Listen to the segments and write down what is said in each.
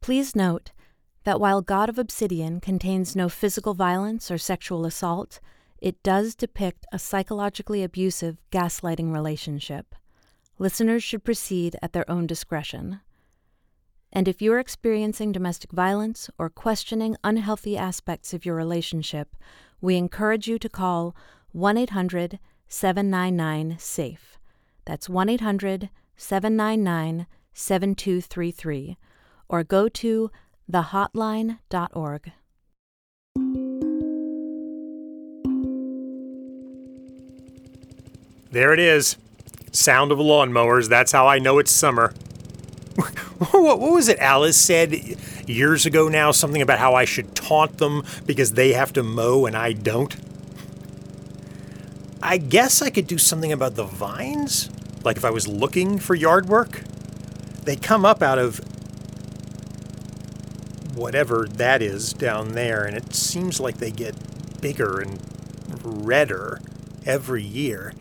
Please note that while God of Obsidian contains no physical violence or sexual assault, it does depict a psychologically abusive gaslighting relationship. Listeners should proceed at their own discretion. And if you're experiencing domestic violence or questioning unhealthy aspects of your relationship, we encourage you to call 1 800 799 SAFE. That's 1 800 799 7233 or go to thehotline.org. There it is. Sound of lawnmowers. That's how I know it's summer. what, what was it Alice said years ago now? Something about how I should taunt them because they have to mow and I don't? I guess I could do something about the vines, like if I was looking for yard work. They come up out of whatever that is down there, and it seems like they get bigger and redder every year.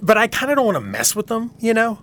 But I kind of don't want to mess with them, you know?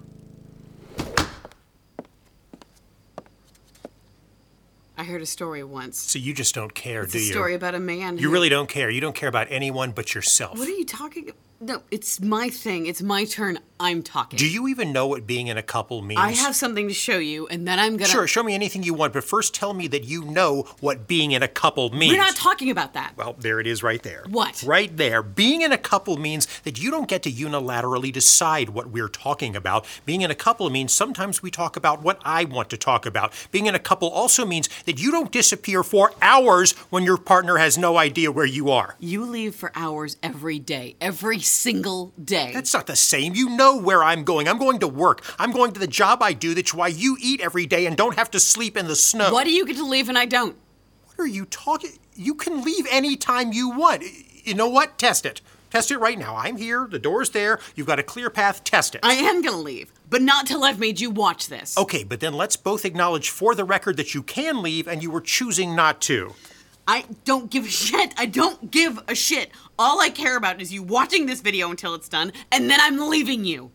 I heard a story once. So you just don't care, It's do a you? story about a man. You who- really don't care. You don't care about anyone but yourself. What are you talking? No, it's my thing. It's my turn. I'm talking. Do you even know what being in a couple means? I have something to show you, and then I'm gonna. Sure, show me anything you want, but first tell me that you know what being in a couple means. We're not talking about that. Well, there it is right there. What? Right there. Being in a couple means that you don't get to unilaterally decide what we're talking about. Being in a couple means sometimes we talk about what I want to talk about. Being in a couple also means that you don't disappear for hours when your partner has no idea where you are. You leave for hours every day, every single day. That's not the same. You know where I'm going. I'm going to work. I'm going to the job I do. That's why you eat every day and don't have to sleep in the snow. Why do you get to leave and I don't? What are you talking? You can leave any time you want. You know what? Test it. Test it right now. I'm here. The door's there. You've got a clear path. Test it. I am gonna leave, but not till I've made you watch this. okay, but then let's both acknowledge for the record that you can leave and you were choosing not to. I don't give a shit. I don't give a shit. All I care about is you watching this video until it's done, and then I'm leaving you.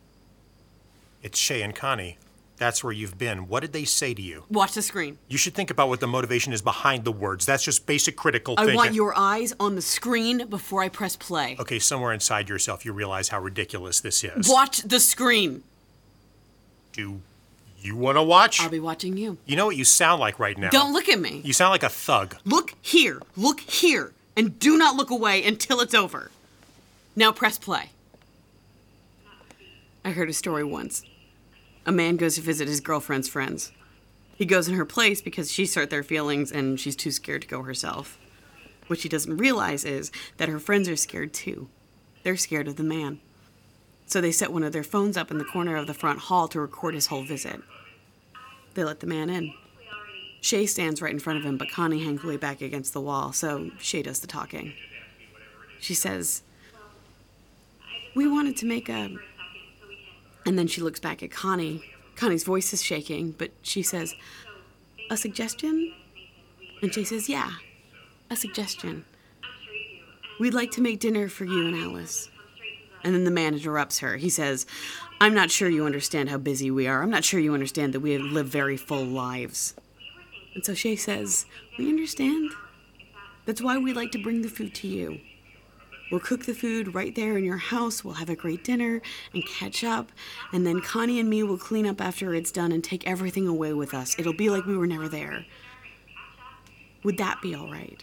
It's Shay and Connie. That's where you've been. What did they say to you? Watch the screen. You should think about what the motivation is behind the words. That's just basic critical I thinking. want your eyes on the screen before I press play. Okay, somewhere inside yourself, you realize how ridiculous this is. Watch the screen. Do you want to watch? I'll be watching you. you know what you sound like right now? Don't look at me. You sound like a thug. Look here. Look here. And do not look away until it's over. Now press play. I heard a story once. A man goes to visit his girlfriend's friends. He goes in her place because she's hurt their feelings and she's too scared to go herself. What she doesn't realize is that her friends are scared too. They're scared of the man. So they set one of their phones up in the corner of the front hall to record his whole visit. They let the man in. Shay stands right in front of him, but Connie hangs way back against the wall, so Shay does the talking. She says, We wanted to make a. And then she looks back at Connie. Connie's voice is shaking, but she says, A suggestion? And Shay says, Yeah, a suggestion. We'd like to make dinner for you and Alice. And then the man interrupts her. He says, I'm not sure you understand how busy we are. I'm not sure you understand that we have lived very full lives. And so Shay says, We understand. That's why we like to bring the food to you. We'll cook the food right there in your house. We'll have a great dinner and catch up. And then Connie and me will clean up after it's done and take everything away with us. It'll be like we were never there. Would that be all right?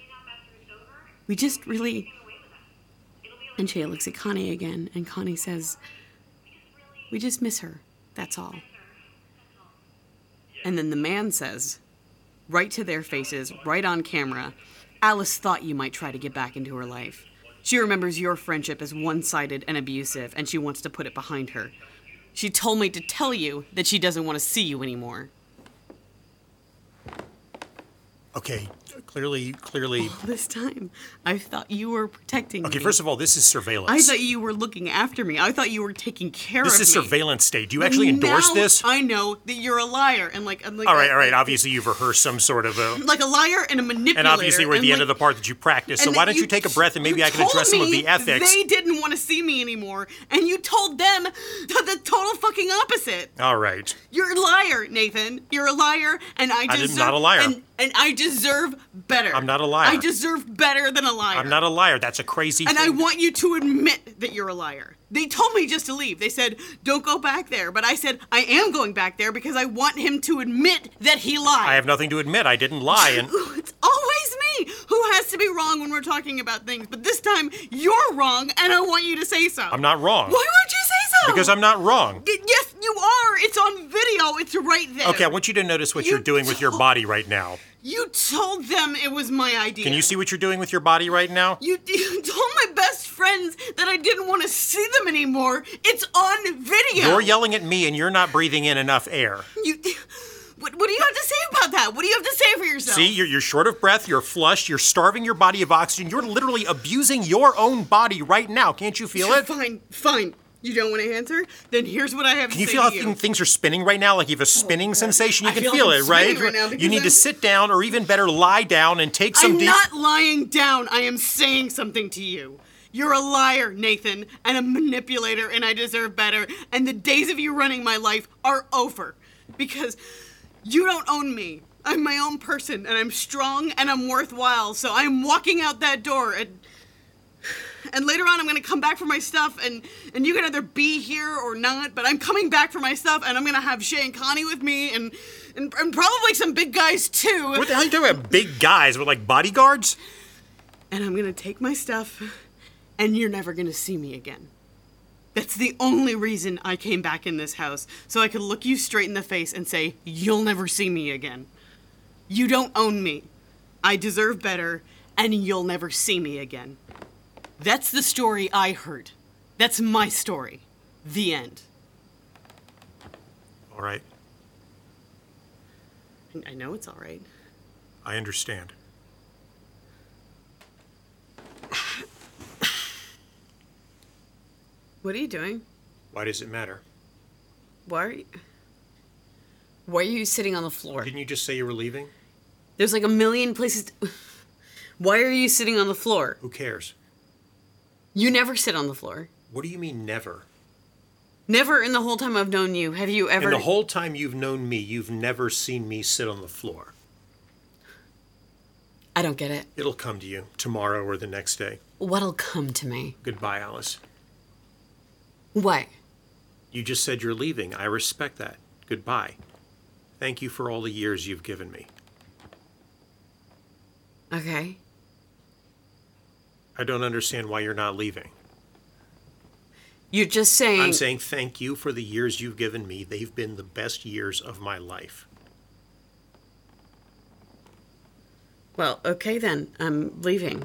We just really. And Shay looks at Connie again, and Connie says, We just miss her. That's all. And then the man says, right to their faces, right on camera, Alice thought you might try to get back into her life. She remembers your friendship as one sided and abusive, and she wants to put it behind her. She told me to tell you that she doesn't want to see you anymore. Okay, clearly, clearly. This time, I thought you were protecting me. Okay, first of all, this is surveillance. I thought you were looking after me. I thought you were taking care this of me. is surveillance state. Do you actually endorse Now this? I know that you're a liar and like, and like all right, a- all right. Obviously, you've rehearsed some sort of a. Like a liar and a manipulator. And obviously, we're at the end and, of the like- part that you practice. So and why that don't you, take a breath and maybe you I can told address some of me the ethics. They didn't want to see me anymore, and you told them the, the total fucking opposite. All right. You're a liar, Nathan. You're a liar, and I I'm deserve. not a liar. And, and I deserve better. I'm not a liar. I deserve better than a liar. I'm not a liar. That's a crazy. And I thing. want you to admit that you're a liar. They told me just to leave. They said, don't go back there. But I said, I am going back there because I want him to admit that he lied. I have nothing to admit. I didn't lie. And It's always me who has to be wrong when we're talking about things. But this time, you're wrong, and I want you to say so. I'm not wrong. Why would you say so? Because I'm not wrong. Y- Yes, you are. It's on video. It's right there. Okay, I want you to notice what You you're doing with your told- body right now. You told them it was my idea. Can you see what you're doing with your body right now? You, you told my best friends that I didn't want to see them anymore. It's on video. You're yelling at me and you're not breathing in enough air. You, what, what do you have to say about that? What do you have to say for yourself? See, you're, you're short of breath, you're flushed, you're starving your body of oxygen, you're literally abusing your own body right now. Can't you feel it? Fine, fine. You don't want to answer? Then here's what I have Can to you say feel how to you. Oh, thing- things are spinning right now? Like you have a spinning sensation? You I can feel feel like it, I'm right? spinning right now you because need to I'm- sit down or even better, lie down and take some I'm deep. not lying down. I am saying something to you. You're a liar, Nathan, and a manipulator, and I deserve better. And the days of you running my life are over because you don't own me. I'm my own person, and I'm strong and I'm worthwhile. So I'm walking out that door, and and later on, I'm gonna come back for my stuff, and and you can either be here or not. But I'm coming back for my stuff, and I'm gonna have Shay and Connie with me, and and, and probably some big guys too. What the hell are you talking about? Big guys with like bodyguards? and I'm gonna take my stuff, and you're never gonna see me again. That's the only reason I came back in this house, so I could look you straight in the face and say, You'll never see me again. You don't own me. I deserve better, and you'll never see me again. That's the story I heard. That's my story. The end. All right, I- I know it's all right. I understand. What are you doing? Why does it matter? Why are you. Why are you sitting on the floor? Didn't you just say you were leaving? There's like a million places. To... Why are you sitting on the floor? Who cares? You never sit on the floor. What do you mean never? Never in the whole time I've known you have you ever. And the whole time you've known me, you've never seen me sit on the floor. I don't get it. It'll come to you tomorrow or the next day. What'll come to me? Goodbye, Alice. What? You just said you're leaving. I respect that. Goodbye. Thank you for all the years you've given me. Okay. I don't understand why you're not leaving. You're just saying. I'm saying thank you for the years you've given me. They've been the best years of my life. Well, okay then. I'm leaving.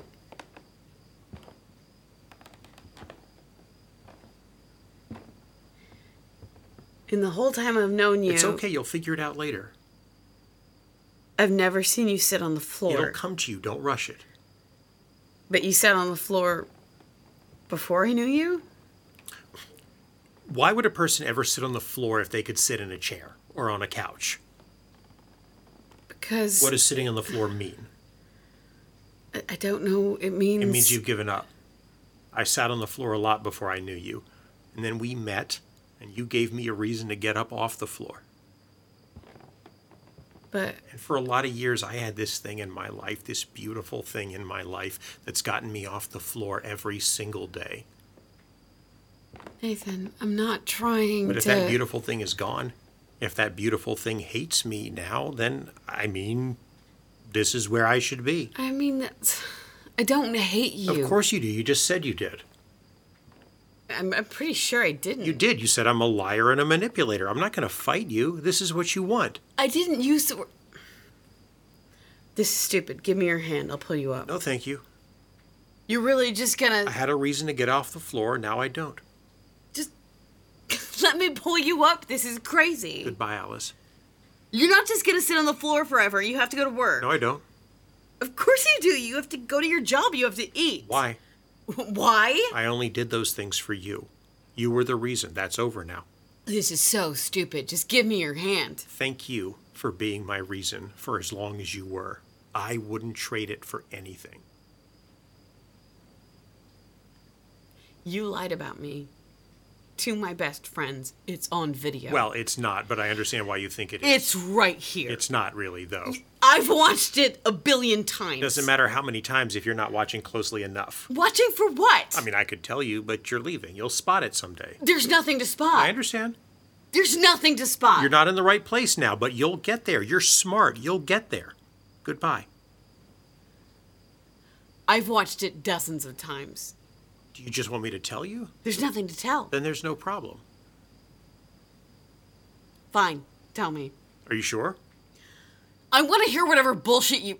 In the whole time I've known you, It's okay. You'll figure it out later. I've never seen you sit on the It'll floor. come to you. Don't rush it. but you sat on the floor before I knew you? Why would a person ever sit on the floor if they could sit in a chair or on a couch? Because What does sitting on the floor mean? I- I don't know. It means It means you've given up. I sat on the floor a lot before I knew you. And then we met, and you gave me a reason to get up off the floor. But And for a lot of years, I had this thing in my life, this beautiful thing in my life that's gotten me off the floor every single day. Nathan, I'm not trying But if to. that beautiful thing is gone, if that beautiful thing hates me now, then I mean, this is where I should be. I mean, that's. I don't hate you. Of course you do. You just said you did. I'm, I'm pretty sure I didn't. You did. You said I'm a liar and a manipulator. I'm not going to fight you. This is what you want. I didn't use the word. This is stupid. Give me your hand. I'll pull you up. No, thank you. You're really just I gonna had a reason to get off the floor. Now I don't. just let me pull you up. This is crazy. Goodbye, Alice. You're not just gonna sit on the floor forever. You have to go to work. No, I don't. Of course you do. You have to go to your job. You have to eat. Why? Why? I only did those things for you. You were the reason. That's over now. This is so stupid. Just give me your hand. Thank you for being my reason for as long as you were. I wouldn't trade it for anything. You lied about me to my best friends. It's on video. Well, it's not, but I understand why you think it is. it's right here. It's not really, though. I've watched it a billion times. Doesn't matter how many times if you're not watching closely enough. Watching for what? I mean, I could tell you, but you're leaving. You'll spot it someday. There's nothing to I spot. understand. There's nothing to spot. You're not in the right place now, but you'll get there. You're smart. You'll get there. Goodbye. I've watched it dozens of times. Do you just want me to tell you? There's nothing to tell. Then there's no problem. Fine, tell me. Are you sure? I want to hear whatever bullshit you.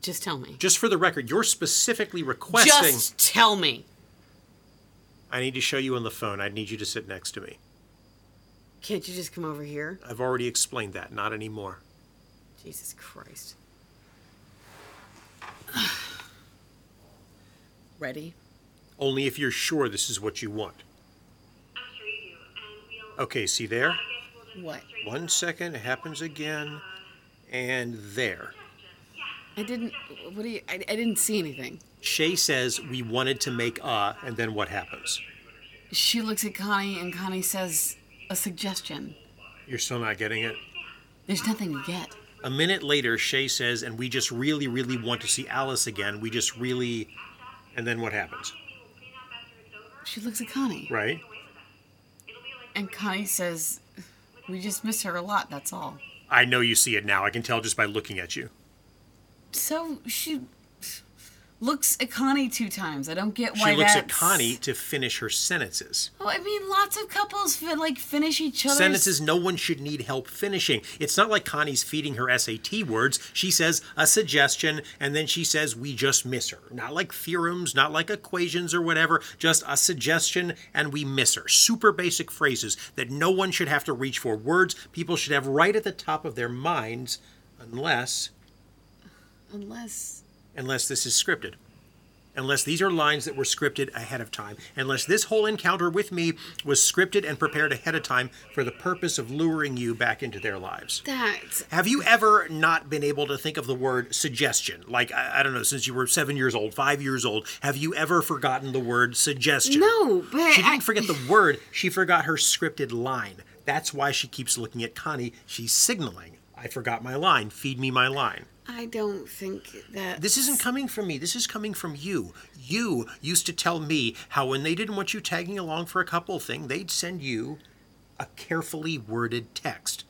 Just tell me. Just for the record, you're specifically Just requesting. tell me. I need to show you on the phone. I need you to sit next to me. Can't you just come over here? I've already explained that. Not anymore. Jesus Christ. Ready? Only if you're sure this is what you want. Okay, see there? What? One second, it happens again, and there. I didn't. What do you? I, I didn't see anything. Shay says we wanted to make uh, and then what happens? She looks at Connie and Connie says, "A suggestion." You're still not getting it? There's nothing to get. A minute later, Shay says, and we just really, really want to see Alice again. We just really. And then what happens? She looks at Connie. Right? And Connie says, We just miss her a lot, that's all. I know you see it now. I can tell just by looking at you. So she looks at Connie two times. I don't get She why looks at that's- Connie to finish her sentences. Oh, I mean, lots of couples fi- like finish each other's. sentences no one should need help finishing. It's not like Connie's feeding her SAT words. She says a suggestion, and then she says we just miss her. Not like theorems, not like equations or whatever, just a suggestion and we miss her. Super basic phrases that no one should have to reach for. Words people should have right at the top of their minds, unless Unless. unless this is scripted. Unless these are lines that were scripted ahead of time. Unless this whole encounter with me was scripted and prepared ahead of time for the purpose of luring you back into their lives. That. Have you ever not been able to think of the word suggestion? Like, I, I don't know, since you were seven years old, five years old, have you ever forgotten the word suggestion? No, but. She I, didn't forget the word, she forgot her scripted line. That's why she keeps looking at Connie. She's signaling, I forgot my line, feed me my line. I don't think that. This isn't coming from me. This is coming from you. You used to tell me how when they didn't want you tagging along for a couple thing, they'd send you a carefully worded text.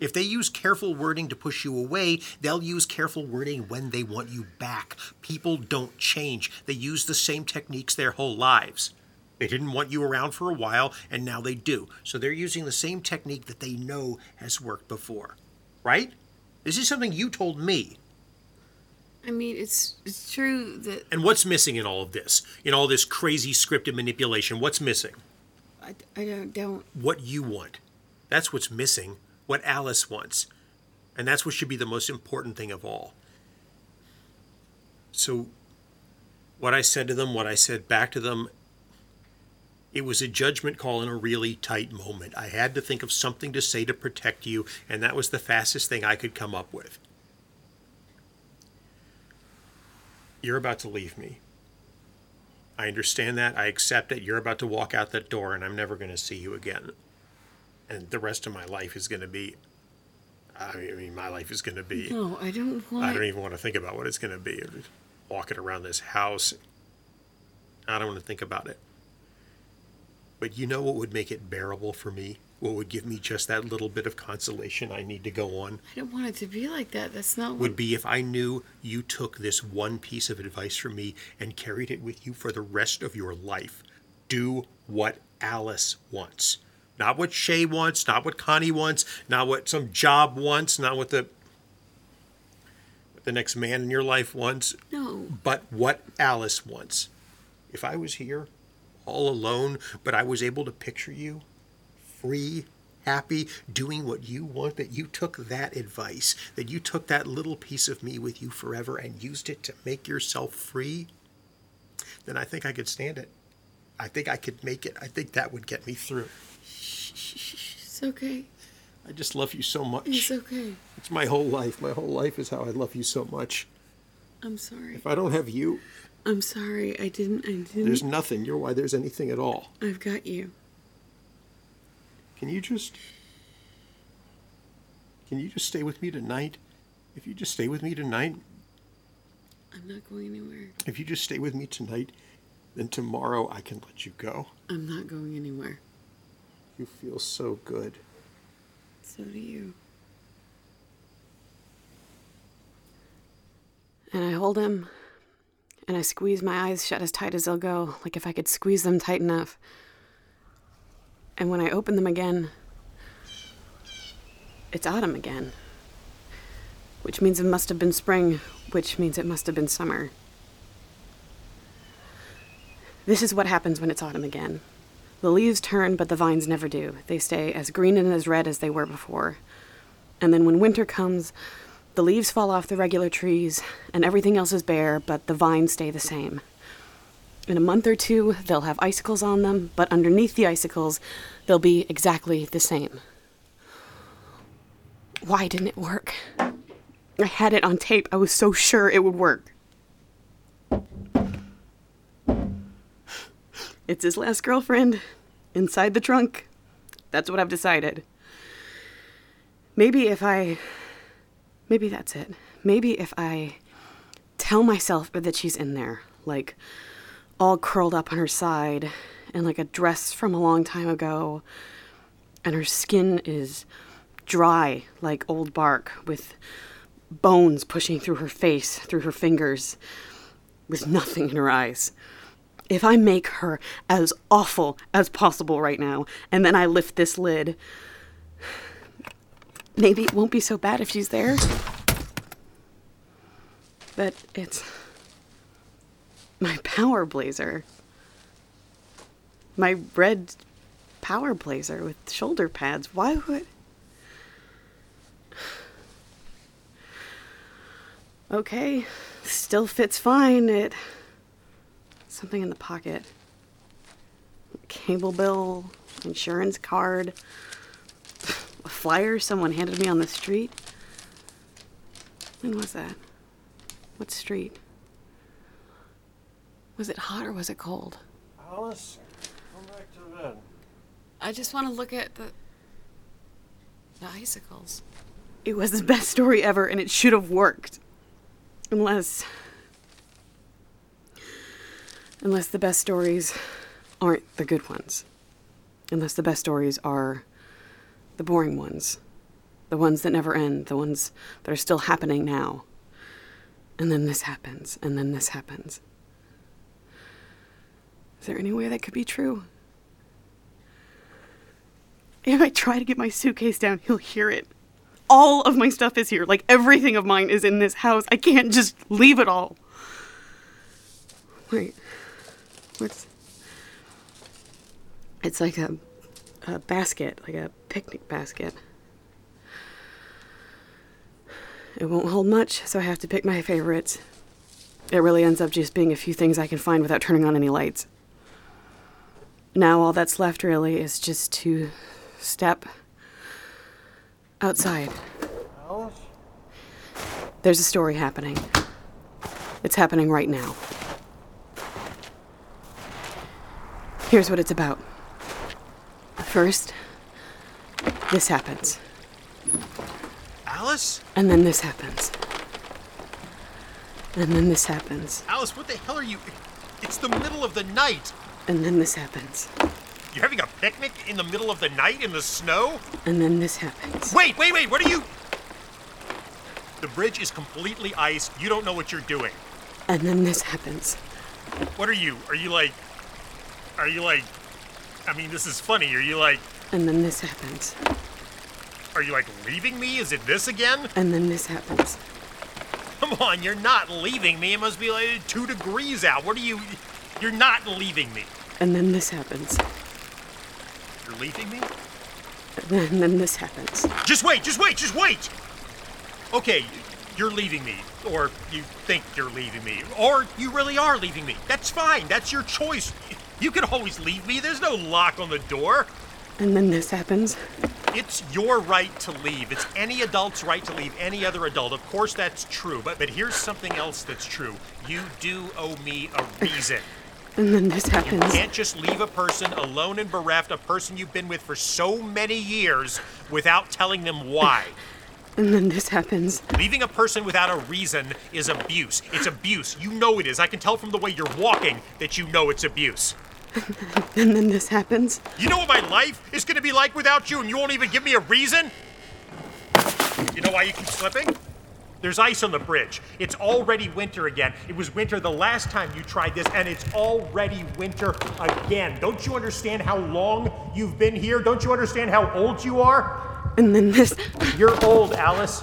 If they use careful wording to push you away, they'll use careful wording when they want you back. People don't change. They use the same techniques their whole lives. They didn't want you around for a while, and now they do. So they're using the same technique that they know has worked before. Right? This is something you told me. I mean, it's it's true that And what's missing in all of this? In all this crazy scripted manipulation, what's missing? I, I don't, don't. What you want. That's what's missing. What Alice wants. And that's what should be the most important thing of all. So, what I said to them, what I said back to them, it was a judgment call in a really tight moment. I had to think of something to say to protect you, and that was the fastest thing I could come up with. You're about to leave me. I understand that. I accept it. You're about to walk out that door, and I'm never going to see you again. And the rest of my life is going to be. I mean, my life is going to be. No, I don't want. I don't even want to think about what it's going to be. I'm just Walking around this house, I don't want to think about it. But you know what would make it bearable for me? What would give me just that little bit of consolation I need to go on? I don't want it to be like that. That's not what. Would be if I knew you took this one piece of advice from me and carried it with you for the rest of your life. Do what Alice wants. Not what Shay wants, not what Connie wants, not what some job wants, not what the what the next man in your life wants No. but what Alice wants. If I was here, all alone, but I was able to picture you, free, happy doing what you want that you took that advice, that you took that little piece of me with you forever and used it to make yourself free, then I think I could stand it. I think I could make it. I think that would get me through. It's okay. I just love you so much. It's okay. It's my whole life. My whole life is how I love you so much. I'm sorry. If I don't have you, I'm sorry. I didn't. I didn't. there's nothing. You're why there's anything at all. I've got you. Can you just Can you just stay with me tonight? If you just stay with me tonight, I'm not going anywhere. if you just stay with me tonight, then tomorrow I can let you go. I'm not going anywhere. You feel so good. So do you. And I hold him, and I squeeze my eyes shut as tight as they'll go, like if I could squeeze them tight enough. And when I open them again, it's autumn again. Which means it must have been spring, which means it must have been summer. This is what happens when it's autumn again. The leaves turn, but the vines never do. They stay as green and as red as they were before. And then when winter comes, the leaves fall off the regular trees, and everything else is bare, but the vines stay the same. In a month or two, they'll have icicles on them, but underneath the icicles, they'll be exactly the same. Why didn't it work? I had it on tape. I was so sure it would work. It's his last girlfriend. Inside the trunk. That's what I've decided. Maybe if I. Maybe that's it. Maybe if I tell myself that she's in there, like all curled up on her side, and like a dress from a long time ago, and her skin is dry like old bark, with bones pushing through her face, through her fingers, with nothing in her eyes. If I make her as awful as possible right now, and then I lift this lid, maybe it won't be so bad if she's there. But it's my power blazer. My red power blazer with shoulder pads. Why would. Okay, still fits fine. It. Something in the pocket. Cable bill, insurance card, a flyer someone handed me on the street. When was that? What street? Was it hot or was it cold? Alice, come back to bed. I just want to look at the the icicles. It was the best story ever and it should have worked. Unless. Unless the best stories aren't the good ones. Unless the best stories are the boring ones. The ones that never end, the ones that are still happening now. And then this happens, and then this happens. Is there any way that could be true? If I try to get my suitcase down, he'll hear it. All of my stuff is here. Like everything of mine is in this house. I can't just leave it all. Wait. What's It's like a a basket, like a picnic basket. It won't hold much, so I have to pick my favorites. It really ends up just being a few things I can find without turning on any lights. Now all that's left really is just to step outside. Alice? There's a story happening. It's happening right now. Here's what it's about. First, this happens, Alice? and then this happens, and then this happens, Alice, what the hell are you It's the middle of the night. and then this happens, You're having a picnic in the middle of the night in the snow? and then this happens. Wait, wait, wait, what are you The bridge is completely iced. You don't know what you're doing. And then this happens. What are you? Are you like Are you like I mean, this is funny. Are you like And then this happens. are you like leaving me? Is it this again? And then this happens. Come on, you're not leaving me. It must be like 2 degrees out. What are you You're not leaving me. And then this happens. You're leaving me? And then this happens. Just wait, just wait, just wait! Okay, you're leaving me, or you think you're leaving me, or you really are leaving me. That's fine, that's your choice. You can always leave me, there's no lock on the door. And then this happens. It's your right to leave. It's any adult's right to leave any other adult. Of course, that's true, but, but here's something else that's true. You do owe me a reason. And then this happens. Can't just leave a person alone and bereft, a person you've been with for so many years, without telling them why. And then this happens. Leaving a person without a reason is abuse. It's abuse. You know it is. I can tell from the way you're walking that you know it's abuse. And then this happens. You know what my life is going to be like without you, and you won't even give me a reason? You know why you keep slipping? There's ice on the bridge. It's already winter again. It was winter the last time you tried this, and it's already winter again. Don't you understand how long you've been here? Don't you understand how old you are? And then this. You're old, Alice.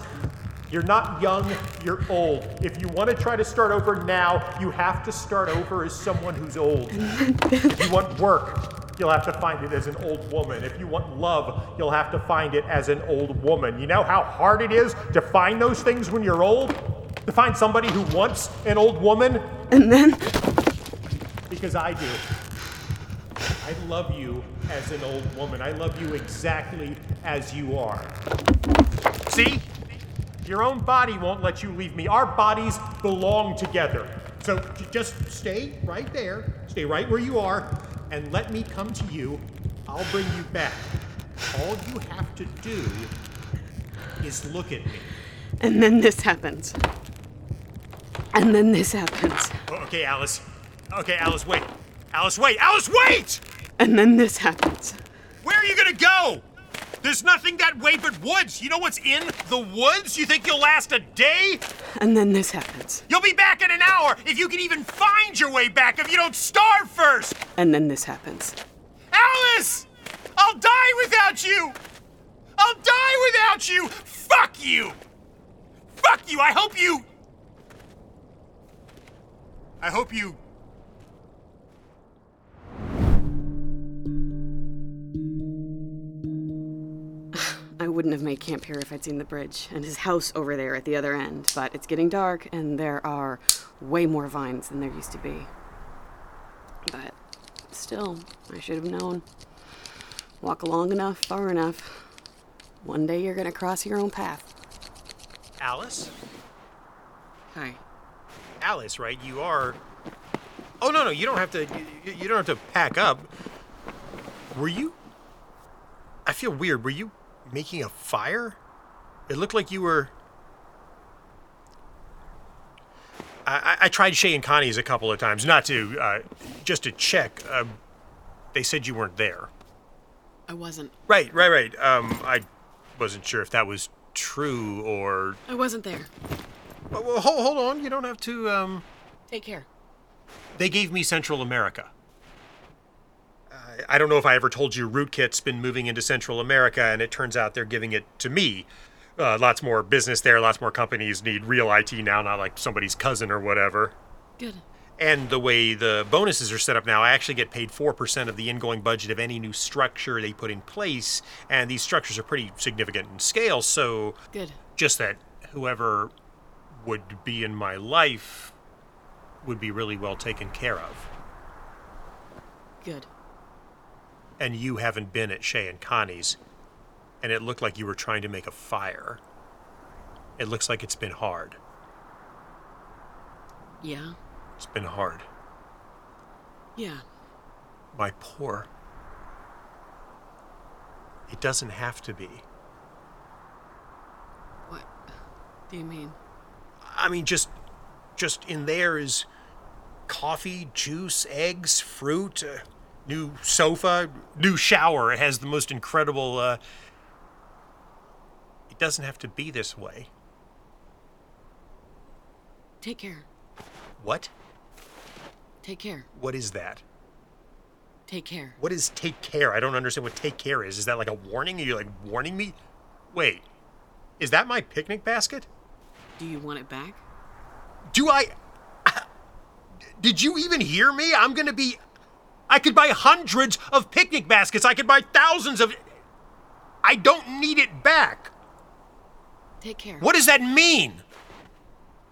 You're not young, you're old. If you want to try to start over now, you have to start over as someone who's old. if you want work, you'll have to find it as an old woman. If you want love, you'll have to find it as an old woman. You know how hard it is to find those things when you're old? To find somebody who wants an old woman? And then. Because I do. I love you as an old woman. I love you exactly as you are. See? Your own body won't let you leave me. Our bodies belong together. So j- just stay right there, stay right where you are, and let me come to you. I'll bring you back. All you have to do is look at me. And then this happens. And then this happens. O- Okay, Alice. Okay, Alice, wait. Alice, wait. Alice, wait! And then this happens. Where are you gonna go? There's nothing that way but woods. You know what's in the woods? You think you'll last a day? And then this happens. You'll be back in an hour if you can even find your way back if you don't starve first! And then this happens. Alice! I'll die without you! I'll die without you! Fuck you! Fuck you! I hope you. I hope you. I wouldn't have made camp here if I'd seen the bridge and his house over there at the other end, but it's getting dark and there are way more vines than there used to be. But still, I should have known. Walk long enough, far enough. One day you're gonna cross your own path. Alice? Hi. Alice, right? You are. Oh, no, no, you don't have to. You, you don't have to pack up. Were you. I feel weird. Were you making a fire? It looked like you were. I, I I tried Shay and Connie's a couple of times, not to, uh, just to check. Um, they said you weren't there. I wasn't. Right, right, right. Um, I wasn't sure if that was true or. I wasn't there. Well, well, hold, hold on. You don't have to. Um... Take care. They gave me Central America. I- I don't know if I ever told you Rootkit's been moving into Central America, and it turns out they're giving it to me. Uh, lots more business there, lots more companies need real IT now, not like somebody's cousin or whatever. Good. And the way the bonuses are set up now, I actually get paid 4% of the ingoing budget of any new structure they put in place, and these structures are pretty significant in scale, so Good. just that whoever would be in my life would be really well taken care of. Good. and you haven't been at Shay and Connie's, and it looked like you were trying to make a fire. It looks like it's been hard. Yeah. It's been hard. Yeah. My poor. It doesn't have to be. What do you mean? I mean, just, just in there is coffee, juice, eggs, fruit, uh, new sofa, new shower. It has the most incredible. Uh, it doesn't have to be this way. Take care. What? Take care. What is that? Take care. What is take care? I don't understand what take care is. Is that like a warning? Are you like warning me? Wait, is that my picnic basket? Do you want it back? Do I. Did you even hear me? I'm gonna be. I could buy hundreds of picnic baskets. I could buy thousands of. I don't need it back. Take care. What does that mean?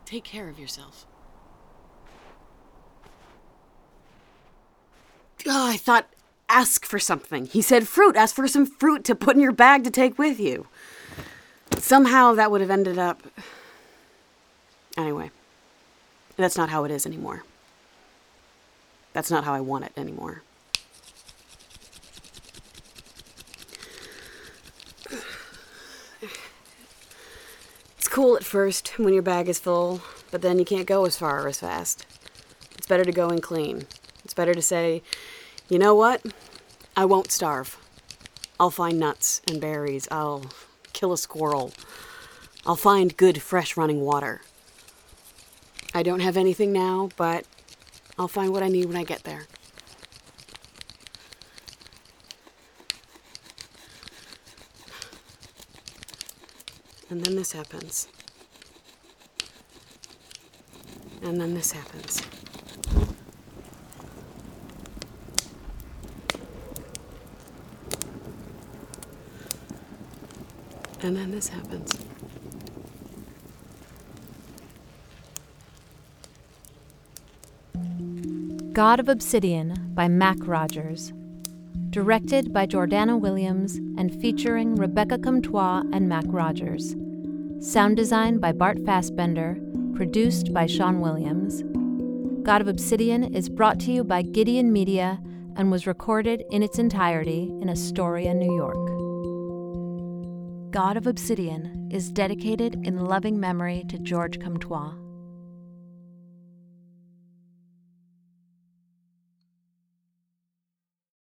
Take care of yourself. Oh, I thought ask for something. He said fruit. Ask for some fruit to put in your bag to take with you. Somehow that would have ended up. Anyway, that's not how it is anymore. That's not how I want it anymore. It's cool at first when your bag is full, but then you can't go as far or as fast. It's better to go in clean. It's better to say, you know what? I won't starve. I'll find nuts and berries. I'll kill a squirrel. I'll find good, fresh running water. I don't have anything now, but I'll find what I need when I get there. And then this happens. And then this happens. And then this happens. God of Obsidian by Mac Rogers. Directed by Jordana Williams and featuring Rebecca Comtois and Mac Rogers. Sound design by Bart Fassbender. Produced by Sean Williams. God of Obsidian is brought to you by Gideon Media and was recorded in its entirety in Astoria, New York. God of Obsidian is dedicated in loving memory to George Comtois.